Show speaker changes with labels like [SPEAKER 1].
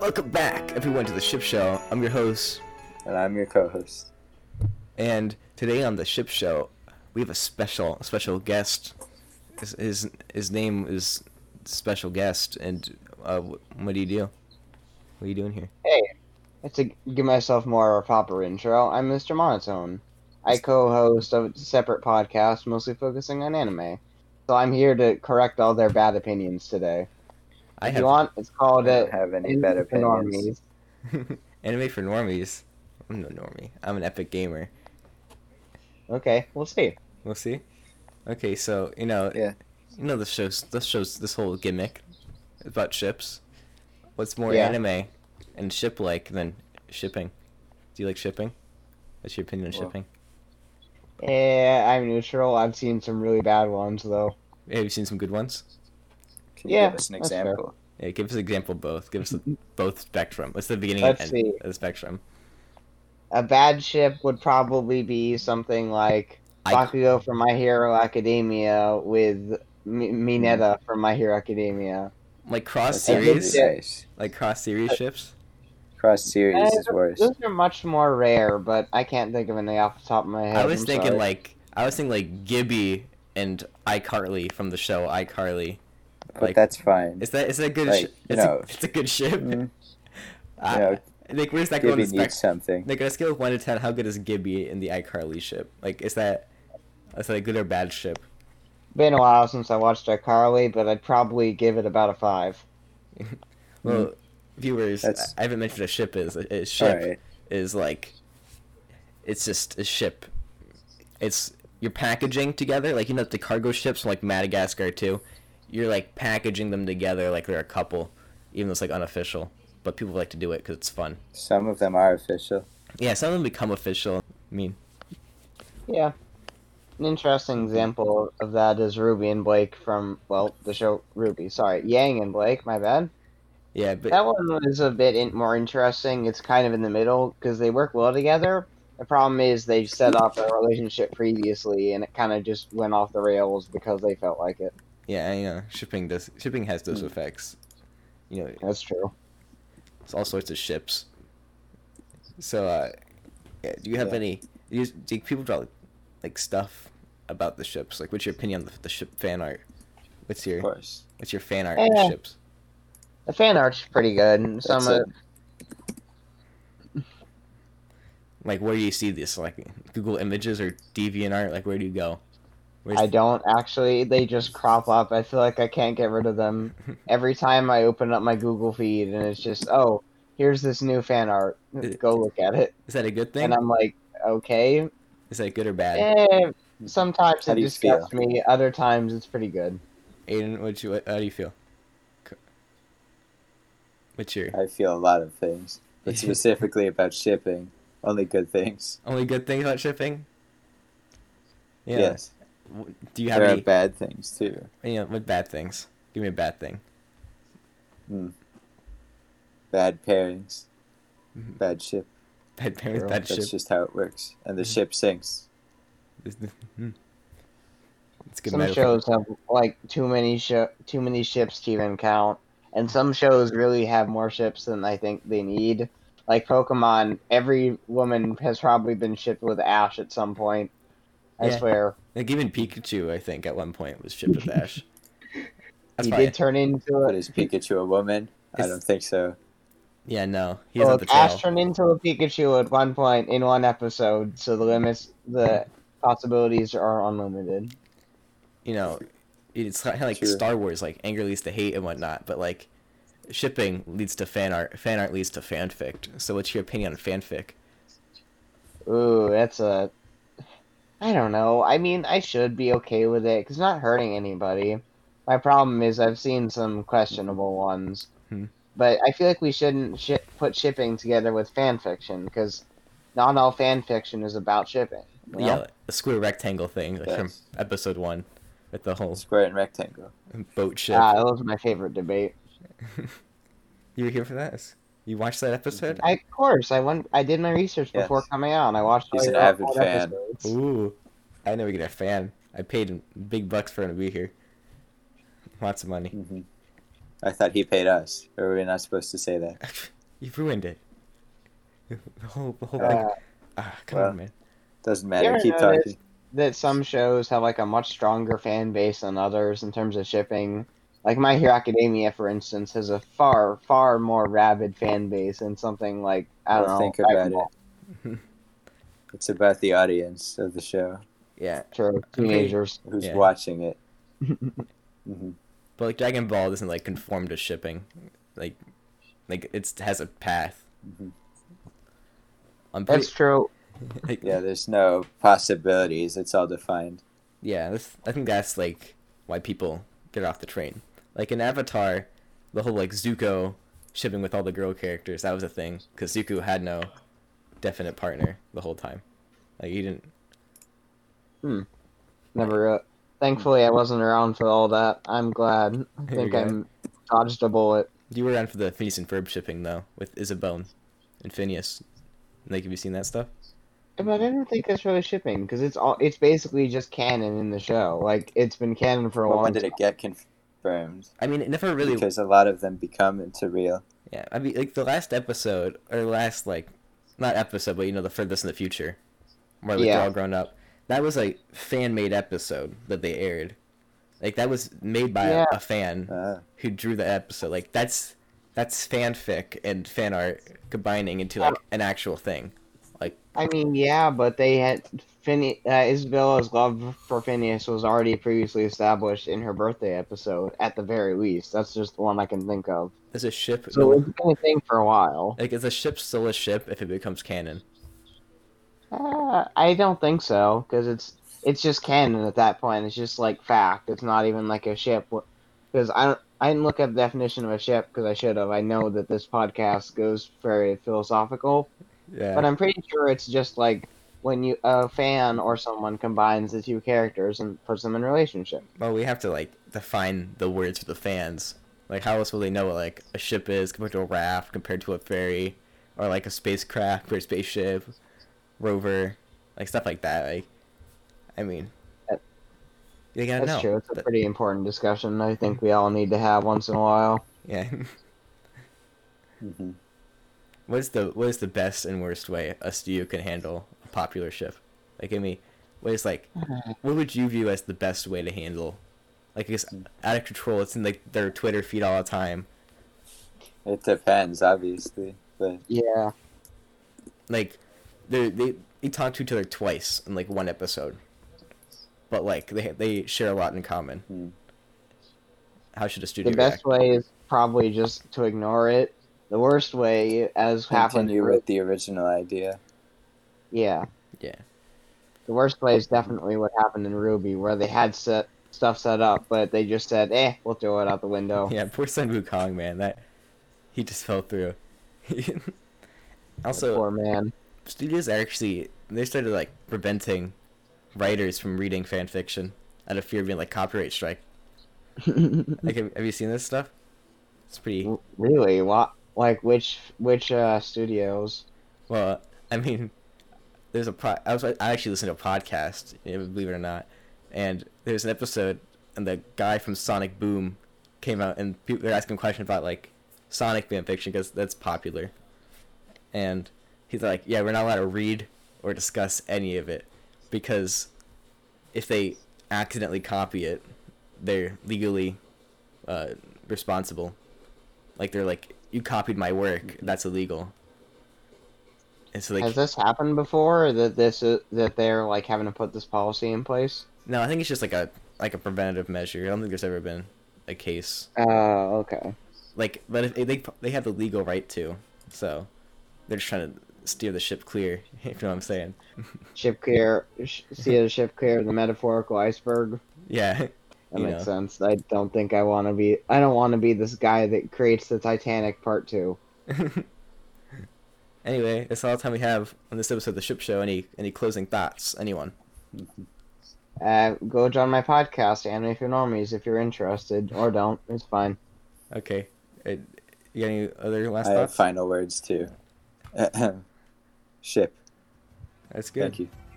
[SPEAKER 1] Welcome back, everyone, to the Ship Show. I'm your host,
[SPEAKER 2] And I'm your co host.
[SPEAKER 1] and today on the Ship Show, we have a special, special guest. His his, his name is special guest. And uh, wh- what do you do? What are you doing here?
[SPEAKER 3] Hey, that's to give myself more of a proper intro. I'm Mr. Monotone. I co-host a separate podcast mostly focusing on anime. So I'm here to correct all their bad opinions today.
[SPEAKER 1] I
[SPEAKER 3] If you want, it's
[SPEAKER 2] I
[SPEAKER 3] called
[SPEAKER 2] don't
[SPEAKER 3] it
[SPEAKER 2] have any bad opinions.
[SPEAKER 1] anime for normies. I'm no normie. I'm an epic gamer.
[SPEAKER 3] Okay, we'll see.
[SPEAKER 1] We'll see. Okay, so you know,
[SPEAKER 2] Yeah.
[SPEAKER 1] you know, this shows this shows this whole gimmick about ships. What's more
[SPEAKER 3] Yeah.
[SPEAKER 1] anime and ship-like than shipping? Do you like shipping? What's your opinion on
[SPEAKER 2] Well-
[SPEAKER 1] shipping?
[SPEAKER 3] Yeah, I'm neutral. I've seen some really bad ones though.
[SPEAKER 1] Have you seen some good ones?
[SPEAKER 2] Can you
[SPEAKER 3] Yeah,
[SPEAKER 2] give us an
[SPEAKER 3] that's fair.
[SPEAKER 2] example?
[SPEAKER 1] Yeah, give us an example. of Both. Give us the, both spectrum. What's the beginning
[SPEAKER 3] Let's
[SPEAKER 1] and
[SPEAKER 3] see.
[SPEAKER 1] end of the spectrum?
[SPEAKER 3] A bad ship would probably be something like
[SPEAKER 1] I-
[SPEAKER 3] Bakugo from My Hero Academia with M- Mineta
[SPEAKER 2] Hmm.
[SPEAKER 3] from My Hero Academia.
[SPEAKER 1] Like cross
[SPEAKER 2] That's not really
[SPEAKER 1] series,
[SPEAKER 3] Yeah.
[SPEAKER 2] nice.
[SPEAKER 1] like cross series ships.
[SPEAKER 2] Cross series
[SPEAKER 3] Uh,
[SPEAKER 2] is worse.
[SPEAKER 3] Those are much more rare, but I can't think of any off the top of my head.
[SPEAKER 1] I was
[SPEAKER 3] I'm
[SPEAKER 1] thinking
[SPEAKER 3] sorry.
[SPEAKER 1] like I was thinking like Gibby and iCarly from the show iCarly.
[SPEAKER 2] But
[SPEAKER 1] like-
[SPEAKER 2] that's fine.
[SPEAKER 1] Is that is that a good?
[SPEAKER 2] Like,
[SPEAKER 1] shi-
[SPEAKER 2] you
[SPEAKER 1] it's, a,
[SPEAKER 2] know,
[SPEAKER 1] it's a good ship.
[SPEAKER 2] Mm,
[SPEAKER 1] I-
[SPEAKER 2] know,
[SPEAKER 1] like where's that going?
[SPEAKER 2] Gibby
[SPEAKER 1] to spec-
[SPEAKER 2] needs something.
[SPEAKER 1] Like on a scale of one to ten, how good is Gibby in the iCarly ship? Like is that is that a good or bad ship?
[SPEAKER 3] Been a while since I watched iCarly, but I'd probably give it about a five.
[SPEAKER 1] Well, viewers, I,
[SPEAKER 2] Mm-hmm. That's-
[SPEAKER 1] I haven't mentioned a ship is. A, a ship
[SPEAKER 2] Alright.
[SPEAKER 1] is like it's just a ship. It's you're packaging together, like you know the cargo ships from like Madagascar too. You're like packaging them together like they're a couple, even though it's like unofficial. But people like to do it because it's fun.
[SPEAKER 2] Some of them are official.
[SPEAKER 1] Yeah, some of them become official. I mean,
[SPEAKER 3] Yeah. An interesting example of that is Ruby and Blake from, well, the show Ruby. Sorry, Yang and Blake, my bad.
[SPEAKER 1] yeah, but
[SPEAKER 3] That one was a bit in- more interesting. It's kind of in the middle because they work well together. The problem is they set up a relationship previously and it kind of just went off the rails because they felt like it.
[SPEAKER 1] yeah, I know shipping does shipping has those
[SPEAKER 2] Hmm.
[SPEAKER 1] effects. You know,
[SPEAKER 3] That's true.
[SPEAKER 1] it's all sorts of ships. So, uh, yeah, do you have
[SPEAKER 2] Yeah.
[SPEAKER 1] any? You, do people draw like stuff about the ships? Like, what's your opinion on the, the ship fan art? What's
[SPEAKER 2] Of
[SPEAKER 1] your
[SPEAKER 2] course.
[SPEAKER 1] what's your fan art of
[SPEAKER 3] Yeah.
[SPEAKER 1] ships?
[SPEAKER 3] The fan art's pretty good. Some
[SPEAKER 2] That's
[SPEAKER 3] of,
[SPEAKER 2] it.
[SPEAKER 1] Like, where do you see this? Like, Google Images or DeviantArt? Like, where do you go? Where's
[SPEAKER 3] I don't actually. They just crop up. I feel like I can't get rid of them. Every time I open up my Google feed, and it's just, oh, here's this new fan art.
[SPEAKER 1] Uh,
[SPEAKER 3] Go look at it.
[SPEAKER 1] is that a good thing?
[SPEAKER 3] And I'm like, okay.
[SPEAKER 1] Is that good or bad?
[SPEAKER 3] Eh, sometimes
[SPEAKER 2] How
[SPEAKER 3] it
[SPEAKER 2] do you
[SPEAKER 3] disgusts me. Other times it's pretty good.
[SPEAKER 1] Aiden, what you what, how do you feel? Co- What's your
[SPEAKER 2] I feel a lot of things. But specifically about shipping, only good things.
[SPEAKER 1] only good thing about shipping? Yeah.
[SPEAKER 2] Yes.
[SPEAKER 1] W- Do you have
[SPEAKER 2] There are
[SPEAKER 1] any?
[SPEAKER 2] bad things too.
[SPEAKER 1] you know, with bad things. Give me a bad thing.
[SPEAKER 2] Bad pairings.
[SPEAKER 1] Mhm.
[SPEAKER 2] Bad ship.
[SPEAKER 1] Bad parents,
[SPEAKER 3] Girl,
[SPEAKER 1] bad
[SPEAKER 2] That's
[SPEAKER 1] ship. Mm-hmm.
[SPEAKER 2] just how it works. And the ship sinks.
[SPEAKER 1] it's Hmm. a good
[SPEAKER 3] some
[SPEAKER 1] metaphor.
[SPEAKER 3] shows have like too many sh- too many ships to even count, and some shows really have more ships than I think they need. Like Pokemon, every woman has probably been shipped with Ash at some point. I
[SPEAKER 1] Yeah.
[SPEAKER 3] swear,
[SPEAKER 1] Like even Pikachu, I think at one point was shipped with Ash. That's
[SPEAKER 3] he
[SPEAKER 1] probably-
[SPEAKER 3] did turn into
[SPEAKER 2] But
[SPEAKER 3] a.
[SPEAKER 2] is Pikachu a woman? I
[SPEAKER 1] It's-
[SPEAKER 2] don't think so.
[SPEAKER 1] Yeah, no, he was on
[SPEAKER 3] Well,
[SPEAKER 1] the trail.
[SPEAKER 3] Ash turned into a Pikachu at one point in one episode, so the limits, the possibilities are unlimited.
[SPEAKER 1] you know, it's kind of like
[SPEAKER 2] Sure.
[SPEAKER 1] Star Wars, like anger leads to hate and whatnot. But like, shipping leads to fan art. Fan art leads to fanfic. So what's your opinion on fanfic?
[SPEAKER 3] Ooh, that's a. I don't know. I mean, I should be okay with it 'cause it's not hurting anybody. My problem is I've seen some questionable ones,
[SPEAKER 1] Hmm.
[SPEAKER 3] but I feel like we shouldn't shi put shipping together with fan fiction 'cause not all fan fiction is about shipping. you know?
[SPEAKER 1] Yeah, like, the square rectangle thing like from
[SPEAKER 2] Yes.
[SPEAKER 1] episode one, with the whole
[SPEAKER 2] Square and rectangle.
[SPEAKER 1] boat ship.
[SPEAKER 2] Uh,
[SPEAKER 3] Ah, that was my favorite debate.
[SPEAKER 1] you were here for that. You watched that episode?
[SPEAKER 3] I, of course, I went. I did my research
[SPEAKER 2] Yes.
[SPEAKER 3] before coming out. And I watched.
[SPEAKER 2] He's
[SPEAKER 3] all
[SPEAKER 2] an
[SPEAKER 3] your
[SPEAKER 2] avid
[SPEAKER 3] old
[SPEAKER 2] fan.
[SPEAKER 3] episodes.
[SPEAKER 1] Ooh, I never get a fan. I paid him big bucks for him to be here. Lots of money.
[SPEAKER 2] hmm I thought he paid us. Or were we not supposed to say that?
[SPEAKER 1] You ruined it. The whole, the whole
[SPEAKER 3] Uh,
[SPEAKER 1] thing. Ah, come
[SPEAKER 2] well.
[SPEAKER 1] on, man.
[SPEAKER 2] Doesn't matter.
[SPEAKER 3] Yeah,
[SPEAKER 2] Keep
[SPEAKER 3] no,
[SPEAKER 2] talking.
[SPEAKER 3] that some shows have like a much stronger fan base than others in terms of shipping. Like My Hero Academia, for instance, has a far, far more rabid fan base than something like I don't
[SPEAKER 2] Well,
[SPEAKER 3] know.
[SPEAKER 2] think
[SPEAKER 3] Dragon
[SPEAKER 2] about it.
[SPEAKER 3] Ball
[SPEAKER 2] It's about the audience of the show,
[SPEAKER 1] Yeah,
[SPEAKER 3] for teenagers.
[SPEAKER 2] who's
[SPEAKER 1] Yeah.
[SPEAKER 2] watching it. hmm
[SPEAKER 1] but like Dragon Ball doesn't like conform to shipping, like, like it's has a path.
[SPEAKER 2] Mhm.
[SPEAKER 1] I'm pretty,
[SPEAKER 3] That's true.
[SPEAKER 1] like,
[SPEAKER 2] Yeah, there's no possibilities. It's all defined.
[SPEAKER 1] Yeah, that's, I think that's like why people get off the train. Like in Avatar, the whole like Zuko shipping with all the girl characters that was a thing because Zuko had no definite partner the whole time. Like he didn't.
[SPEAKER 3] Never. Uh, thankfully, I wasn't around for all that. I'm glad. I think
[SPEAKER 1] Yeah.
[SPEAKER 3] I'm dodged a bullet.
[SPEAKER 1] You were around for the Phineas and Ferb shipping though with Isabel and Phineas. Like, have you seen that stuff?
[SPEAKER 3] But I don't think that's really shipping because it's all. It's basically just canon in the show. Like it's been canon for a
[SPEAKER 2] But
[SPEAKER 3] long
[SPEAKER 2] when
[SPEAKER 3] time.
[SPEAKER 2] did it get confirmed?
[SPEAKER 1] I mean, it never really.
[SPEAKER 2] Because a lot of them become into real.
[SPEAKER 1] Yeah, I mean, like the last episode or last like, not episode, but you know, the furthest in the future, where like,
[SPEAKER 3] Yeah.
[SPEAKER 1] they're all grown up. That was a fan made episode that they aired. Like that was made by
[SPEAKER 3] Yeah.
[SPEAKER 1] a, a fan
[SPEAKER 2] Ah,
[SPEAKER 1] who drew the episode. Like that's that's fanfic and fan art combining into like an actual thing. Like
[SPEAKER 3] I mean, yeah, but they had Phine- uh, Isabella's love for Phineas was already previously established in her birthday episode, at the very least. That's just the one I can think of.
[SPEAKER 1] there's a ship.
[SPEAKER 3] So it's been a thing for a while.
[SPEAKER 1] like is a ship still a ship if it becomes canon?
[SPEAKER 3] Uh, I don't think so because it's it's just canon at that point. It's just like fact. It's not even like a ship. Because I don't, I didn't look up the definition of a ship because I should have. I know that this podcast goes very philosophical,
[SPEAKER 1] Yeah.
[SPEAKER 3] But I'm pretty sure it's just like when you a fan or someone combines the two characters and puts them in a relationship.
[SPEAKER 1] Well, we have to like define the words for the fans. Like, how else will they know what like a ship is compared to a raft, compared to a ferry, or like a spacecraft or a spaceship, rover, like stuff like that. Like, I mean,
[SPEAKER 3] That-
[SPEAKER 1] you gotta
[SPEAKER 3] That's
[SPEAKER 1] know.
[SPEAKER 3] true. It's a
[SPEAKER 1] But-
[SPEAKER 3] pretty important discussion. I think we all need to have once in a while.
[SPEAKER 1] yeah. Mm-hmm.
[SPEAKER 2] mhm.
[SPEAKER 1] What's the what is the best and worst way a studio can handle a popular ship? Like, I mean, what is like, what would you view as the best way to handle? Like, it's
[SPEAKER 3] Hmm.
[SPEAKER 1] out of control. It's in like their Twitter feed all the time.
[SPEAKER 2] It depends, obviously. But
[SPEAKER 3] Yeah,
[SPEAKER 1] like they they they talk to each other twice in like one episode, but like they they share a lot in common.
[SPEAKER 2] Hmm.
[SPEAKER 1] How should a studio
[SPEAKER 3] the best
[SPEAKER 1] react?
[SPEAKER 3] way is probably just to ignore it. The worst way, as happened,
[SPEAKER 2] continue with the original idea.
[SPEAKER 3] yeah,
[SPEAKER 1] Yeah.
[SPEAKER 3] the worst way is definitely what happened in Ruby, where they had set stuff set up, but they just said, "Eh, we'll throw it out the window."
[SPEAKER 1] Yeah, poor Sun Wukong man, that he just fell through. also,
[SPEAKER 3] Poor man.
[SPEAKER 1] studios are actually they started like preventing writers from reading fan fiction out of fear of being like copyright strike. Like, have, have you seen this stuff? It's pretty.
[SPEAKER 3] really? What? Like which which uh, studios?
[SPEAKER 1] Well, I mean, there's a pro- I was I actually listened to a podcast, you know, believe it or not, and there's an episode, and the guy from Sonic Boom came out, and people they're asking questions about like Sonic fanfiction because that's popular, and he's like, yeah, we're not allowed to read or discuss any of it because if they accidentally copy it, they're legally uh, responsible. Like they're like, you copied my work, that's illegal. And so like,
[SPEAKER 3] Has this happened before? That this is, that they're like having to put this policy in place?
[SPEAKER 1] No, I think it's just like a like a preventative measure. I don't think there's ever been a case
[SPEAKER 3] Oh, okay.
[SPEAKER 1] like, but if, they they have the legal right to, so they're just trying to steer the ship clear. If you know what I'm saying?
[SPEAKER 3] Ship clear. Sh- see the ship clear of the metaphorical iceberg.
[SPEAKER 1] Yeah,
[SPEAKER 3] That
[SPEAKER 1] You
[SPEAKER 3] makes
[SPEAKER 1] know.
[SPEAKER 3] sense. I don't think I want to be. I don't want to be this guy that creates the Titanic Part Two.
[SPEAKER 1] Anyway, that's all the time we have on this episode of the Ship Show. Any any closing thoughts? Anyone?
[SPEAKER 3] Uh, go join my podcast, Anime for Normies, if you're interested, or don't. It's fine.
[SPEAKER 1] Okay. Uh, You got any other last
[SPEAKER 2] I have
[SPEAKER 1] thoughts?
[SPEAKER 2] final words too. Ship.
[SPEAKER 1] That's good.
[SPEAKER 2] Thank you.